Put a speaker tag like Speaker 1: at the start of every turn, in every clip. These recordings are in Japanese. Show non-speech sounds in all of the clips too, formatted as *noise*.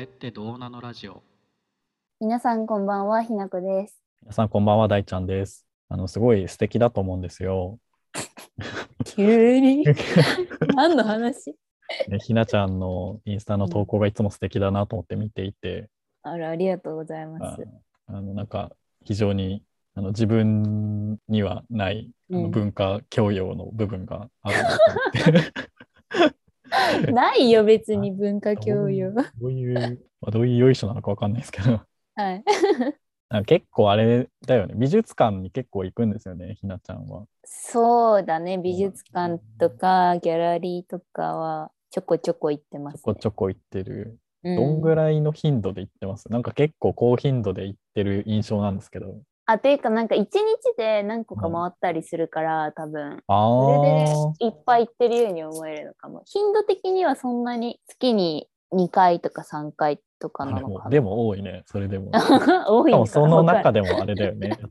Speaker 1: ってどうなのラジオ。
Speaker 2: 皆さんこんばんは、ひなこです。
Speaker 3: 皆さんこんばんは、大ちゃんです。あの、すごい素敵だと思うんで
Speaker 2: *laughs*
Speaker 3: すよ。
Speaker 2: 急 *laughs* に
Speaker 3: ね
Speaker 2: 何の話
Speaker 3: ひなちゃんのインスタの投稿がいつも素敵だなと思って見ていて、
Speaker 2: あら、ありがとうございま
Speaker 3: あ
Speaker 2: す。
Speaker 3: あの、なんか、非常に、あの、自分にはない、あ
Speaker 2: う
Speaker 3: の
Speaker 2: ん
Speaker 3: 文化教養の部分があるなと思って、
Speaker 2: ないよ、別に文化教養。
Speaker 3: どういう、まあどういうよいしょなのかわかんないですけど、
Speaker 2: *laughs* はい。
Speaker 3: あの結構あれだよね、美術館に結構行くんですよね、ひなちゃんは。
Speaker 2: そうだね、美術館とかギャラリーとかはちょこちょこ行ってま
Speaker 3: ちょ
Speaker 2: す、
Speaker 3: こ
Speaker 2: ね。
Speaker 3: ちょこ行ってる。
Speaker 2: うん
Speaker 3: どんぐらいの頻度で行ってます、なんか結構高頻度で行ってる印象なんですけど。
Speaker 2: あ、というか、なんか一日で何個か回ったりするから、多分。
Speaker 3: あ
Speaker 2: それ
Speaker 3: あ。
Speaker 2: でいっぱい行ってるように思えるのかも。頻度的にはそんなに月に2回とか3回とか
Speaker 3: あ
Speaker 2: な
Speaker 3: で
Speaker 2: の
Speaker 3: も
Speaker 2: かな
Speaker 3: で。も多いね、それで
Speaker 2: *laughs*
Speaker 3: も。
Speaker 2: 多 *laughs*
Speaker 3: し
Speaker 2: いの
Speaker 3: かも
Speaker 2: かな
Speaker 3: そ
Speaker 2: わ
Speaker 3: の
Speaker 2: か
Speaker 3: 中
Speaker 2: ん
Speaker 3: でもあれだよね。だって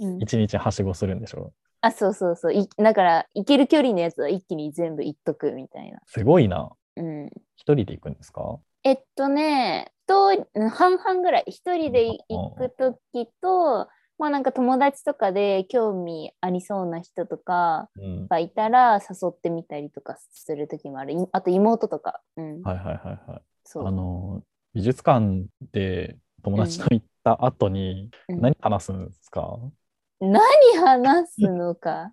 Speaker 2: うん
Speaker 3: 一日はしごするんでしょ。
Speaker 2: あ、そうそうそう。いだから、行ける距離のやつは一気に全部行っとくみたいな。
Speaker 3: すごいな。
Speaker 2: うん。
Speaker 3: 一人で行くんですか
Speaker 2: えっとね、と半々ぐらい。一人でい
Speaker 3: うんう
Speaker 2: 行
Speaker 3: ん
Speaker 2: くときと、まあなんか友達とかで興味ありそうな人とか
Speaker 3: うん。
Speaker 2: がいたら誘ってみたりとかするときもある。いあと妹とか。うん。
Speaker 3: はいはいはいはい。
Speaker 2: そ
Speaker 3: あ
Speaker 2: う。
Speaker 3: の、美術館で友達と行った後に
Speaker 2: うん
Speaker 3: 何話すんですか、
Speaker 2: 何話すのか。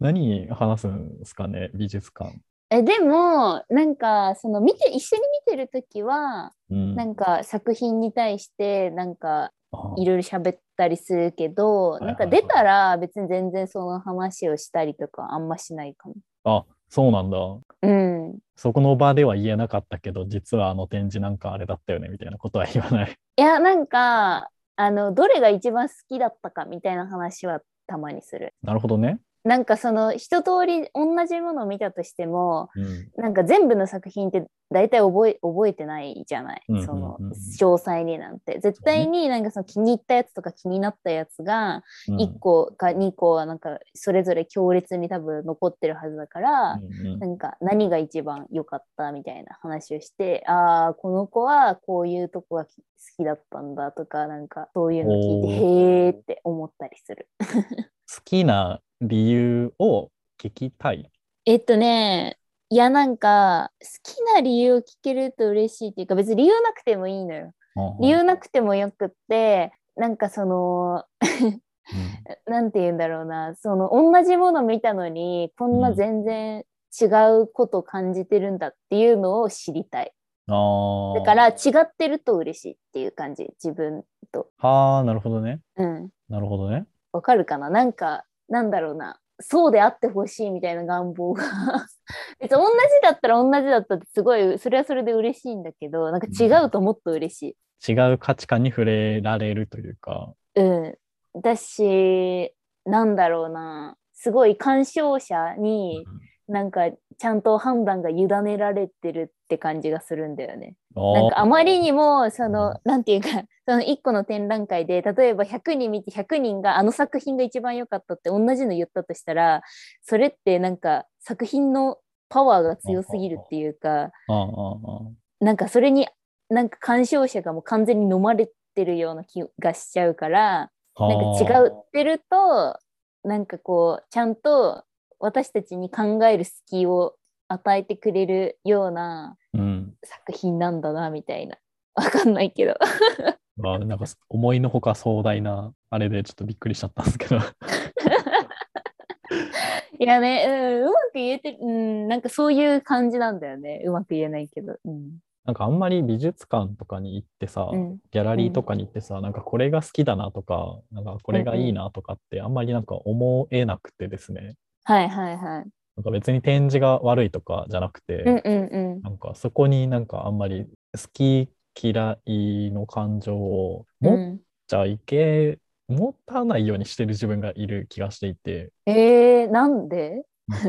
Speaker 3: 何話すんですかね、美術館。
Speaker 2: え、でも、なんか、その見て、一緒に見てるときは、
Speaker 3: うん。
Speaker 2: なんか作品に対して、なんか
Speaker 3: あ
Speaker 2: いろいろ喋ったりするけど、
Speaker 3: いはい
Speaker 2: なんか出たら別に全然その話をしたりとかあんましないかも。
Speaker 3: あ、そうなんだ。
Speaker 2: うん。
Speaker 3: そこの場では言えなかったけど、実はあの展示なんかあれだったよねみたいなことは言わない。 *laughs*
Speaker 2: いや、なんか、あの、どれが一番好きだったかみたいな話はたまにする。
Speaker 3: なるほどね。
Speaker 2: なんかその一通り同じものを見たとしても、
Speaker 3: うん。
Speaker 2: なんか全部の作品って大体覚え覚えてないじゃない、
Speaker 3: うんうんうん
Speaker 2: その詳細になんて。絶対になんかその気に入ったやつとか気になったやつが、
Speaker 3: うん
Speaker 2: 1個か2個はなんかそれぞれ強烈に多分残ってるはずだから、
Speaker 3: うんうん
Speaker 2: なんか何が一番良かったみたいな話をしてああこの子はこういうとこがき好きだったんだとかなんかそういうの聞いて
Speaker 3: お
Speaker 2: へーって思ったりする。
Speaker 3: 好きな理由を聞きたい。
Speaker 2: えっとねいやなんか好きな理由を聞けると嬉しいっていうか別に理由なくてもいいのよ。理由なくてもよくってなんかそのなんて言うんだろうなその同じもの見たのにこんな全然違うこと感じてるんだっていうのを知りたい。
Speaker 3: あ。
Speaker 2: だからら違ってると嬉しいっていう感じ自分と。
Speaker 3: はあ、なるほどね。
Speaker 2: うん。
Speaker 3: なるほどね。
Speaker 2: わかるかななんかなんだろうなそうであってほしいみたいな願望が *laughs* 別に同じだったら同じだったってすごいそれはそれで嬉しいんだけどなんか違うともっと嬉しい。
Speaker 3: 違う価値観に触れられるというか。
Speaker 2: うん、だしなんだろうなすごい鑑賞者になんかちゃんと判断が委ねられてるって感じがするんだよね。なんかあまりにもそのなんていうか *laughs* その1個の展覧会で例えば100人見て100人があの作品が一番良かったって同じの言ったとしたらそれってなんか作品のパワーが強すぎるっていうか
Speaker 3: あーあーあー
Speaker 2: なんかそれになんか鑑賞者がもう完全に飲まれてるような気がしちゃうから
Speaker 3: あ
Speaker 2: なん
Speaker 3: ー。
Speaker 2: か違うってるとなんかこうちゃんと私たちに考える隙を与えてくれるような
Speaker 3: うん。
Speaker 2: 作品なんだなみたいな *laughs* わかんないけど *laughs*
Speaker 3: まあ、なんか思いのほか壮大なあれでちょっとびっくりしちゃったんですけど。 *laughs*
Speaker 2: いやね、うん、うまく言えてる、うん、なんかそういう感じなんだよね。うまく言えないけど。うん。
Speaker 3: なんかあんまり美術館とかに行ってさ、
Speaker 2: うん、
Speaker 3: ギャラリーとかに行ってさ、なんかこれが好きだなとか、なんかこれがいいなとかってあんまりなんか思えなくてですね。
Speaker 2: はいはいはい。
Speaker 3: なんか別に展示が悪いとかじゃなくて、
Speaker 2: うんうんうん。
Speaker 3: なんかそこになんかあんまり好き嫌いの感情を
Speaker 2: う
Speaker 3: 持っ
Speaker 2: ん、
Speaker 3: ちゃいけ、持たないようにしてる自分がいる気がしていて、
Speaker 2: えー、なんで
Speaker 3: なんか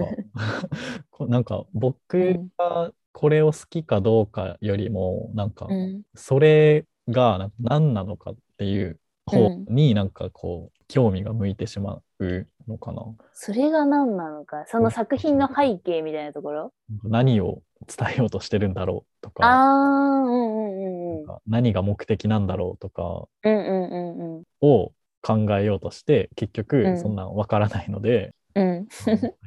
Speaker 3: *laughs* こなんか
Speaker 2: う
Speaker 3: 僕
Speaker 2: ん
Speaker 3: がこれを好きかどうかよりも、なんか
Speaker 2: うん。
Speaker 3: それがなんか何なのかっていう方
Speaker 2: うん
Speaker 3: になんかこう興味が向いてしまうのかななんか
Speaker 2: それが何なのか、その作品の背景みたいなところ
Speaker 3: 何を伝えようとしてるんだろうと
Speaker 2: あ
Speaker 3: か
Speaker 2: あ、うんうんうんう
Speaker 3: なん
Speaker 2: ん。
Speaker 3: か何が目的なんだろうとか
Speaker 2: うんうんうんうん。
Speaker 3: を考えようとして結
Speaker 2: う
Speaker 3: 局
Speaker 2: ん
Speaker 3: そんなん分からない
Speaker 2: *laughs*
Speaker 3: ので、
Speaker 2: うん。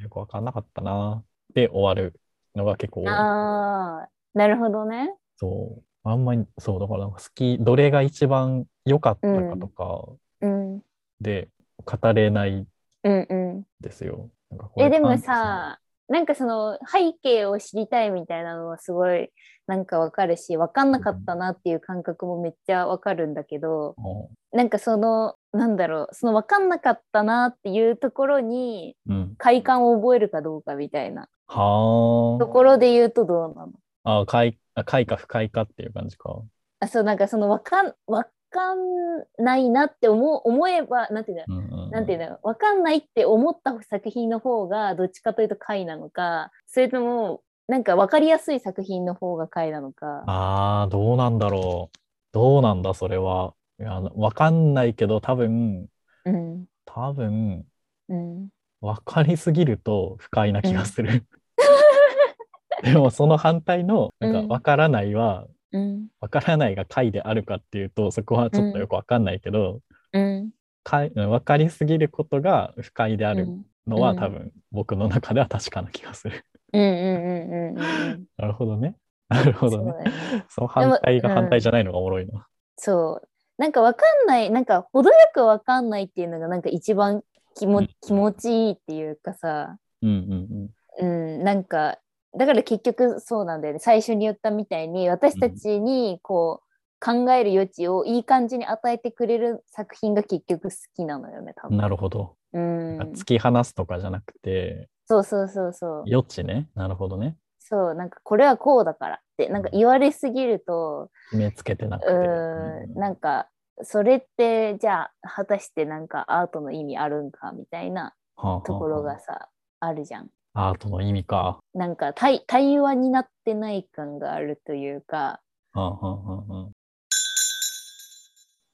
Speaker 3: よく分からなかったなで終わるのが結構多い
Speaker 2: ああ、なるほどね。
Speaker 3: そうあんまりそうだからなんか好きどれが一番良かったかとか
Speaker 2: うん。うん
Speaker 3: で語れない
Speaker 2: うん。
Speaker 3: ですよ。なんかこれ
Speaker 2: え、でも
Speaker 3: 感
Speaker 2: さ、なんかその背景を知りたいみたいなのはすごいなんかわかるし、わかんなかったなっていう感覚もめっちゃわかるんだけど、
Speaker 3: 想
Speaker 2: なんかその、なんだろう、そのわかんなかったなっていうところに
Speaker 3: うん、
Speaker 2: 快感を覚えるかどうかみたいなと
Speaker 3: は
Speaker 2: ころで言うとどうなの
Speaker 3: あ。あ、快あ快か不快かっていう感じか。
Speaker 2: あそうなんかそのわかんわかんないなって思う思えばなんていうんだろ
Speaker 3: うんうんう、
Speaker 2: うんなんていうんだろうわかんないって思った作品の方がどっちかというと快なのかそれともなんかわかりやすい作品の方が快なのか
Speaker 3: ああ、どうなんだろう。どうなんだ、それは。いや、わかんないけど、多分、
Speaker 2: うん
Speaker 3: 多分、
Speaker 2: うん
Speaker 3: わかりすぎると不快な気がする。 *laughs* でも、その反対の、なん
Speaker 2: う
Speaker 3: か、
Speaker 2: ん
Speaker 3: わからないは、
Speaker 2: うん
Speaker 3: わからないが快であるかっていうと、そこはちょっとよくわかんないけど、
Speaker 2: うん
Speaker 3: かいわかりすぎることが不快であ
Speaker 2: うんう
Speaker 3: る
Speaker 2: ん
Speaker 3: のは、
Speaker 2: うん
Speaker 3: 多分、僕の中では確かな気がする。
Speaker 2: うんうんうんうん
Speaker 3: なるほどね。 *laughs* なるほ
Speaker 2: そ
Speaker 3: ど
Speaker 2: う
Speaker 3: ね。
Speaker 2: だよね
Speaker 3: その反対が
Speaker 2: うん
Speaker 3: 反対じゃないのがおもろいな。
Speaker 2: そうなんかわかんないなんか程よくわかんないっていうのがなんか一番気も、
Speaker 3: うん
Speaker 2: 気持ちいいっていうかさ
Speaker 3: うんう
Speaker 2: う
Speaker 3: ん
Speaker 2: ん、なんかだから結局そうなんだよね最初に言ったみたいに私たちにこう、考える余地をいい感じに与えてくれる作品が結局好きなのよね多
Speaker 3: うん。
Speaker 2: 分。
Speaker 3: なるほど。
Speaker 2: うん
Speaker 3: なんか、突き放すとかじゃなくて、
Speaker 2: そうそうそうそう
Speaker 3: 余地ね。なるほどね。
Speaker 2: そうなんかこれはこうだからってなんか言われすぎると
Speaker 3: 決めつけてなく
Speaker 2: う
Speaker 3: て。
Speaker 2: ーんなんかそれってじゃあ果たしてなんかアートの意味あるんかみたいなところ
Speaker 3: は
Speaker 2: がさあるじゃん。
Speaker 3: あはあ。アートの意味か。
Speaker 2: なんか対対話になってない感があるというか。
Speaker 3: はあはあはあはあ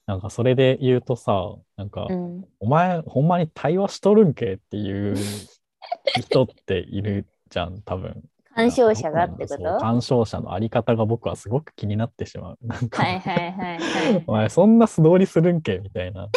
Speaker 3: なんかそれで言うとさ、なんか、
Speaker 2: うん
Speaker 3: お前ほんまに対話しとるんけっ
Speaker 2: *laughs*
Speaker 3: ていう人っているじゃん、多分。
Speaker 2: 鑑賞者がって
Speaker 3: な
Speaker 2: こと
Speaker 3: んかそう鑑賞者のあり方が僕はすごく気になってしまう。なんか、
Speaker 2: はいはいはいはい。
Speaker 3: お前そんな素通りするんけみたいな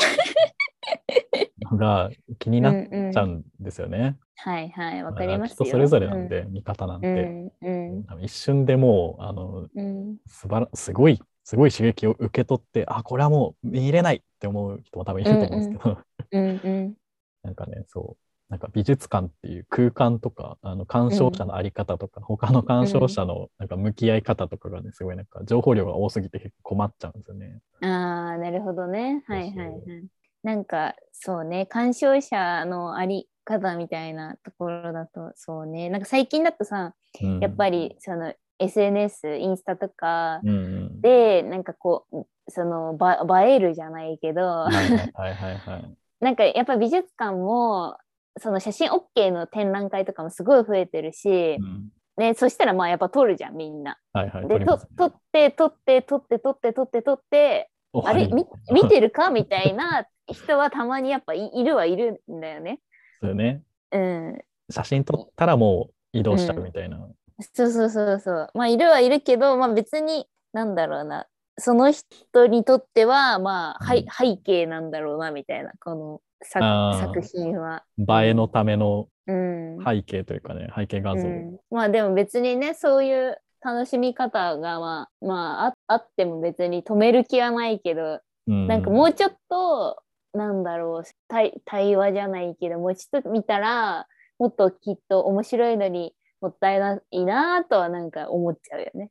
Speaker 3: のが気 *laughs* になっ
Speaker 2: うんうん
Speaker 3: ちゃうんですよね。
Speaker 2: はいはい、わかり
Speaker 3: あ
Speaker 2: ますよ。
Speaker 3: 人それぞれなんで、見方なん
Speaker 2: う
Speaker 3: て、
Speaker 2: ん。うん
Speaker 3: あの一瞬でもうあの
Speaker 2: うんうん
Speaker 3: すばらすごいすごい刺激を受け取ってあこれはもう見入れないって思う人も多分いると思うんですけど、
Speaker 2: うんうん
Speaker 3: *laughs* なんかねそうなんか美術館っていう空間とかあの鑑賞者のあり方とか、他の鑑賞者のなんか向き合い方とかがねすごいなんか情報量が多すぎて結構困っちゃうんですよね。
Speaker 2: ああ、なるほどね。はいはいは
Speaker 3: そう
Speaker 2: い。なんかそうね、鑑賞者のあり方みたいなところだとそうね、なんか最近だとさ、やっぱ
Speaker 3: り、
Speaker 2: りその SNS、インスタとか
Speaker 3: うんうん、
Speaker 2: で、なんかこう、そのば映えるじゃないけど、
Speaker 3: はいはいはいはい。
Speaker 2: なんかやっぱ美術館も、その写真 OK の展覧会とかもすごい増えてるし、
Speaker 3: うん
Speaker 2: ね、そしたらまあやっぱ撮るじゃんみんな。
Speaker 3: はいはい。撮
Speaker 2: で
Speaker 3: り
Speaker 2: と
Speaker 3: ます
Speaker 2: 撮って撮って撮って撮って撮って撮って
Speaker 3: お
Speaker 2: あれ
Speaker 3: はい
Speaker 2: み見てるかみたいな人はたまにやっぱいいるはいるんだよね。
Speaker 3: そうよね。
Speaker 2: うん、
Speaker 3: 写真撮ったらもう移動しちゃうみたいな。
Speaker 2: そうそうそうそうまあいるはいるけど、まあ、別になんだろうなその人にとってはまあ、は
Speaker 3: う
Speaker 2: い背景なんだろうなみたいなこの作
Speaker 3: あー
Speaker 2: 作品は。
Speaker 3: 映えのための
Speaker 2: うん
Speaker 3: 背景というかね、背景画像。
Speaker 2: うん、まあでも別にねそういう楽しみ方がまあ、まあ、ああっても別に止める気はないけどなんかも
Speaker 3: う
Speaker 2: うちょっと、なんだろう対対話じゃないけどもうちょっと見たらもっときっと面白いのにもったいないなとはなんか思っちゃうよね。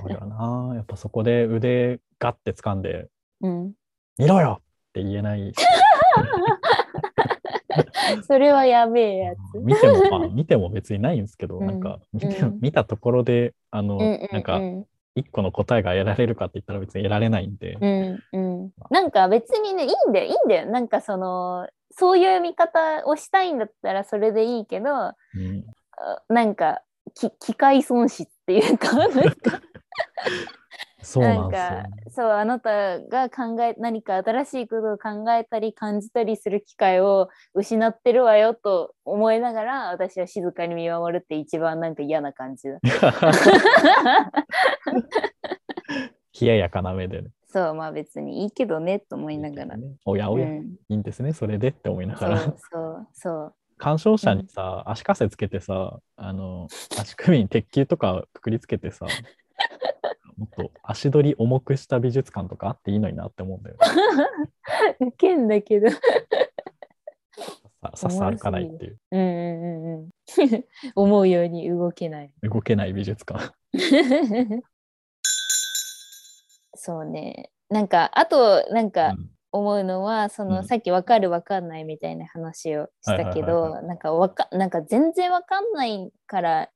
Speaker 3: そうやな。やっぱそこで腕ガッて掴んで、
Speaker 2: うん、
Speaker 3: 見ろよって言えない。
Speaker 2: それはやべえやつ。
Speaker 3: 見ても、まあ、見ても別にないんですけ
Speaker 2: *laughs*
Speaker 3: ど、
Speaker 2: うん
Speaker 3: なんか見て
Speaker 2: うん
Speaker 3: 見たところで、あの、
Speaker 2: うんうん
Speaker 3: なんか
Speaker 2: うん
Speaker 3: 一個の答えが得られるかって言ったら別に得られないんで、
Speaker 2: うんうん、なんか別にねいいんだよいいんだよなんかそのそういう見方をしたいんだったらそれでいいけどあ
Speaker 3: うん *laughs*
Speaker 2: なんかき機械損失っていうかなんか
Speaker 3: そうなんですよね、
Speaker 2: そうあなたが考え何か新しいことを考えたり感じたりする機会を失ってるわよと思いながら私は静かに見守るって一番なんか嫌な感
Speaker 3: *laughs*
Speaker 2: じだ
Speaker 3: 冷ややかな目でね。
Speaker 2: そうまあ別にいいけどねと思いながら。
Speaker 3: おやおや、
Speaker 2: う
Speaker 3: い
Speaker 2: ん
Speaker 3: いんですね、それでって思いな
Speaker 2: そ
Speaker 3: がら
Speaker 2: う。そうそう
Speaker 3: 鑑賞者にさ、足かせつけてさ、あの、足首に鉄球とかくくりつけ
Speaker 2: *laughs*
Speaker 3: てさ、もっと足取り重くした美術館とかあっていいのになって思うんだよね。
Speaker 2: *laughs* 受けんだけど
Speaker 3: ささっさ歩かないっていう、
Speaker 2: うんうんうんうん *laughs* 思うように動けない
Speaker 3: 動けない美
Speaker 2: *laughs*
Speaker 3: 術館。
Speaker 2: *laughs* そうねなんかあとなんか、
Speaker 3: うん
Speaker 2: 思うのはその、
Speaker 3: うん
Speaker 2: さっき分かる分かんないみたいな話をしたけ
Speaker 3: はいはいはい
Speaker 2: どなんかわかなんか全然分かんないから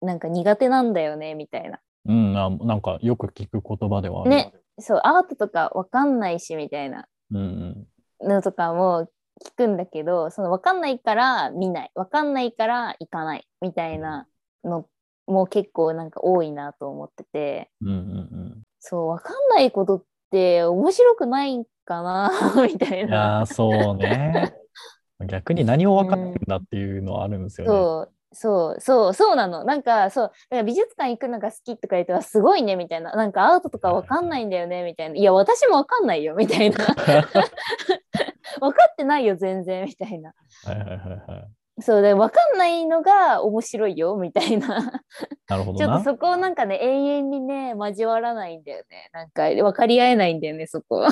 Speaker 2: なんか苦手なんだよねみたいな
Speaker 3: うん、あなんかよく聞く言葉ではある。
Speaker 2: ねそうアートとか分かんないしみたいな
Speaker 3: うんうん、
Speaker 2: のとかも聞くんだけどその分かんないから見ない分かんないから行かないみたいなのも結構なんか多いなと思ってて
Speaker 3: うんうん
Speaker 2: そう分かんないことって面白くないんかな *laughs* みた
Speaker 3: う
Speaker 2: い
Speaker 3: ん。い
Speaker 2: な。
Speaker 3: やー、そうね。逆に何を分かってるんだっていうのはあるんですよね。
Speaker 2: そうそうそうそうなのなんかそうだから美術館行くのが好きとか言ってはすごいねみたいななんかアートとかわかんないんだよねみたいないや私もわかんないよみたいな
Speaker 3: *laughs*
Speaker 2: わかってないよ全然みたいな
Speaker 3: はいはいはいはい。
Speaker 2: そうでわかんないのが面白いよみたいな
Speaker 3: なるほ
Speaker 2: ち
Speaker 3: ど
Speaker 2: ょっ
Speaker 3: な。
Speaker 2: とそこをなんかね永遠にね交わらないんだよねなんか分かり合えないんだよねそこは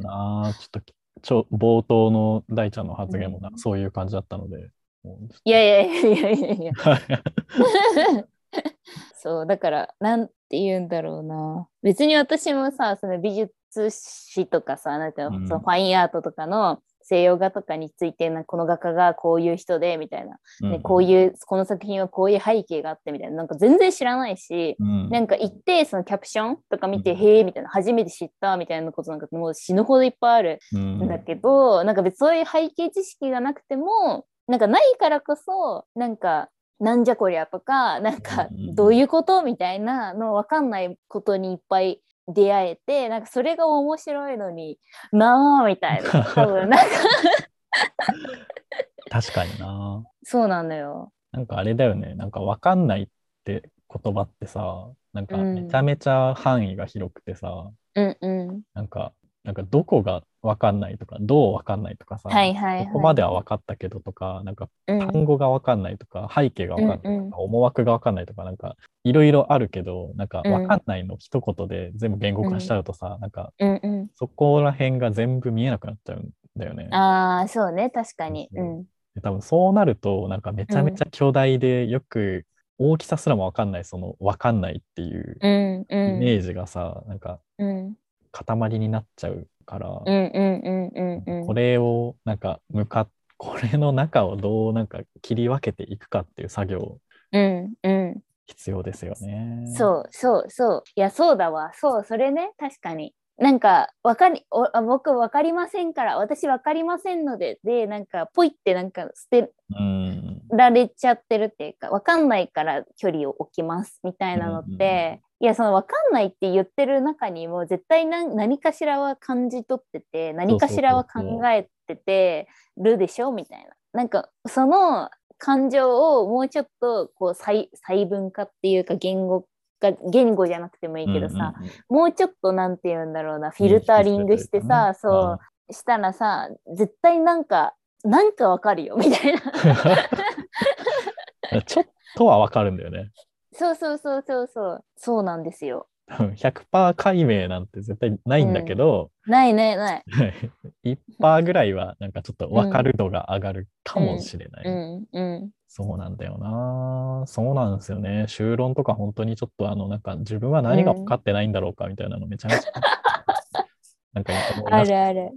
Speaker 3: なあちょっときちょ冒頭の大ちゃんの発言もな、
Speaker 2: うん
Speaker 3: そういう感じだったので。もう
Speaker 2: いやいやいやいやいやいや
Speaker 3: は
Speaker 2: *laughs* そうだからなんて言うんだろうな別に私もさその美術史とかさなんていうの
Speaker 3: うん
Speaker 2: そのファインアートとかの西洋画とかについてなこの画家がこういう人でみたいな、ねこう
Speaker 3: *laughs* う
Speaker 2: いうこの作品はこういう背景があってみたいななんか全然知らないし、
Speaker 3: ん、うん
Speaker 2: なんか行ってそのキャプションとか見て、
Speaker 3: うん
Speaker 2: へえみたいな初めて知ったみたいなことなんかもう死ぬほどいっぱいある
Speaker 3: うん
Speaker 2: んだけど、なんか別にそういう背景知識がなくてもなんかないからこそなんかなんじゃこりゃとかなんか
Speaker 3: うんうんうん
Speaker 2: どういうことみたいなの分かんないことにいっぱい出会えてなんかそれが面白いのになあみたい
Speaker 3: *laughs*
Speaker 2: な多分なんか
Speaker 3: 確かにな。
Speaker 2: そうなのよ。
Speaker 3: なんかあれだよね。なんかわかんないって言葉ってさ、なんか
Speaker 2: うん
Speaker 3: めちゃめちゃ範囲が広くてさ、
Speaker 2: うんうん、
Speaker 3: なんか、なんかどこがわかんないとか、どうわかんないとかさ、
Speaker 2: はいはいはい。
Speaker 3: ここまでは分かったけどとか、なんか
Speaker 2: うん
Speaker 3: 単語が分かんないとか、背景が分かんないとか、思惑が分かんないとか、なんかいろいろあるけど、なんか
Speaker 2: うん
Speaker 3: 分かんないの一言で全部言語化しちゃうとさ、なんか
Speaker 2: うんう
Speaker 3: そこら辺が全部見えなくなっちゃうんだよね
Speaker 2: ん、。ああそうね確かに。
Speaker 3: そううんで多分そうなると、なんかめちゃめちゃ巨大で、よく大きさすらも分かんない、その分かんないっていう
Speaker 2: うんう
Speaker 3: イ
Speaker 2: ん
Speaker 3: メージがさ、なんか
Speaker 2: うん
Speaker 3: 塊になっちゃうから、
Speaker 2: うんうんうんうんうん
Speaker 3: これをなんか向かっこれの中をどうなんか切り分けていくかっていう作業
Speaker 2: うんうん
Speaker 3: 必要ですよね。
Speaker 2: そうそうそういやそうだわそうそれね確かになんかわかりおあ僕わかりませんから私わかりませんのででなんかポイってなんか捨て
Speaker 3: うん。
Speaker 2: られちゃってるっていうかわかんないから距離を置きますみたいなのっ
Speaker 3: うんうん
Speaker 2: て、いやそのわかんないって言ってる中にも絶対何何かしらは感じ取ってて何かしらは考えててるでしょみたいななんかその感情をもうちょっとこう細細分化っていうか言語が言語じゃなくてもいいけどさ、
Speaker 3: うんうんうん
Speaker 2: もうちょっとなんて言うんだろうなフィルタリングしてさそうしたらさ絶対なんかなんかわかるよみたいな
Speaker 3: うん。ちょっとはわかるんだよね。
Speaker 2: そうそうそうそうそうそうなんですよ。
Speaker 3: 多分100%解明なんて絶対ないんだけど、
Speaker 2: ないないない。
Speaker 3: 1%ぐらいはなんかちょっとわかる度が上がるかもしれない。
Speaker 2: うんうん
Speaker 3: そうなんだよな。そうなんですよね。修論とか本当にちょっとあのなんか自分は何が分かってないんだろうかみたいなのめちゃめちゃ。
Speaker 2: *laughs*
Speaker 3: なんか思い
Speaker 2: あ
Speaker 3: 出し
Speaker 2: るある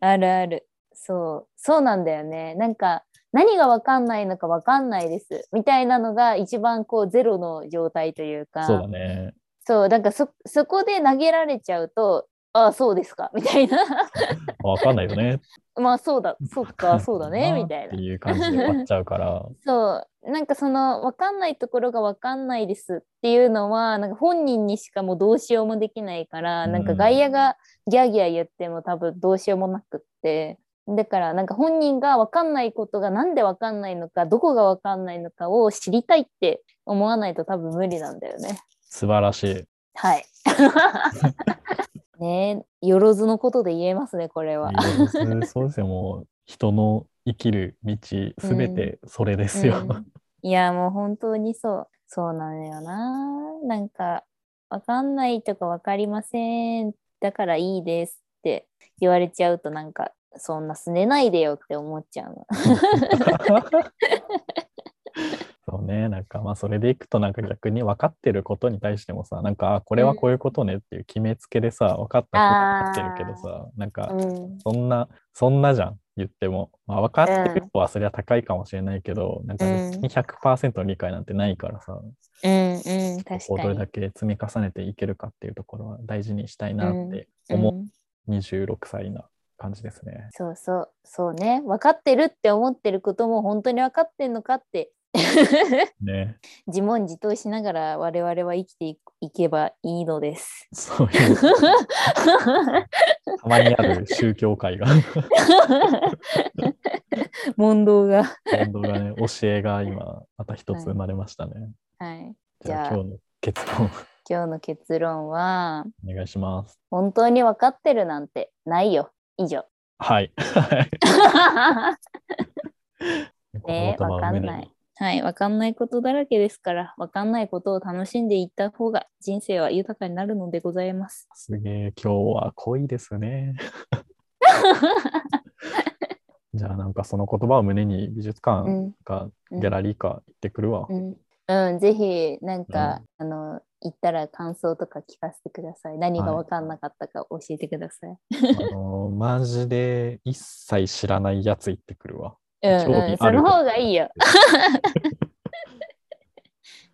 Speaker 2: あるあるそうそうなんだよねなんか何がわかんないのかわかんないですみたいなのが一番こうゼロの状態というか
Speaker 3: そうだね。
Speaker 2: そうなんかそそこで投げられちゃうとああそうですかみたいな *laughs*
Speaker 3: わかんないよね。
Speaker 2: まあそうだそっかそうだねみたい
Speaker 3: って
Speaker 2: な
Speaker 3: いう感じで終わっちゃ
Speaker 2: *laughs*
Speaker 3: うから。
Speaker 2: そうなんかその分かんないところが分かんないですっていうのはなんか本人にしかもうどうしようもできないから、なんか外野がギャーギャー言っても多分どうしようもなくってだからなんか本人が分かんないことがなんで分かんないのかどこが分かんないのかを知りたいって思わないと多分無理なんだよね。
Speaker 3: 素晴らしい。
Speaker 2: *laughs* はい。ねえよろずのことで言えますねこれは。
Speaker 3: いいですそうですよ、もう人の生きる道すべてそれですよ。
Speaker 2: うんいやもう本当にそうそうなのよななんか分かんないとか分かりませんだからいいですって言われちゃうとなんかそんなすねないでよって思っちゃうの
Speaker 3: *laughs* そうね、なんかまあそれでいくとなんか逆に分かってることに対してもさ、なんかあこれはこういうことねっていう決めつけでさ、分かったこと分かってるけどさ、なんか
Speaker 2: うん
Speaker 3: そんな、そんなじゃん、言っても。まあ、分かってる人はそれは高いかもしれないけど、なんか別に100%理解なんてないからさ、
Speaker 2: うんうん
Speaker 3: そ
Speaker 2: 確
Speaker 3: こを
Speaker 2: か
Speaker 3: どれ
Speaker 2: に
Speaker 3: だけ積み重ねていけるかっていうところは大事にしたいなって思
Speaker 2: うん
Speaker 3: う26歳な感じですね。
Speaker 2: そうそうそうね分かってるって思ってることも本当に分かってんのかって
Speaker 3: ね。
Speaker 2: 自問自答しながら我々は生きていいけばいいの *laughs* です。
Speaker 3: そういう、たまにある宗教
Speaker 2: *laughs*
Speaker 3: 界が、
Speaker 2: 問答が。
Speaker 3: 運動がね、教えが今、また一つ生まれましたね。
Speaker 2: はい、
Speaker 3: じゃあ
Speaker 2: じゃあ
Speaker 3: 今日の結論
Speaker 2: 今日の結論は
Speaker 3: お願いします。
Speaker 2: 本当に分かってるなんてないよ。以上。 *laughs*
Speaker 3: はい。
Speaker 2: ね
Speaker 3: こ
Speaker 2: 分
Speaker 3: の頭は
Speaker 2: か
Speaker 3: 埋め
Speaker 2: んない。はい、分かんないことだらけですから、分かんないことを楽しんでいった方が人生は豊かになるのでございます。
Speaker 3: すげえ、今日は濃いです
Speaker 2: *laughs*
Speaker 3: ね。じゃあなんかその言葉を胸に美術
Speaker 2: う
Speaker 3: 館
Speaker 2: ん、
Speaker 3: か
Speaker 2: うん
Speaker 3: ギャラリーか行ってくるわ。
Speaker 2: うん、うん、ぜひなんか、あの行ったら感想とか聞かせてください。何が分かんなかったか教えてください。
Speaker 3: あのーマジで一切知らないやつ行ってくるわ。
Speaker 2: うん
Speaker 3: 興
Speaker 2: う
Speaker 3: 味
Speaker 2: ん、
Speaker 3: あ
Speaker 2: そ
Speaker 3: る
Speaker 2: の方が
Speaker 1: *laughs*
Speaker 2: いいよ。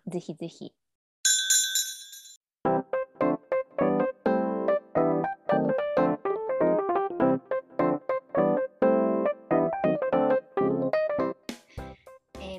Speaker 2: ぜひぜひ。
Speaker 1: えー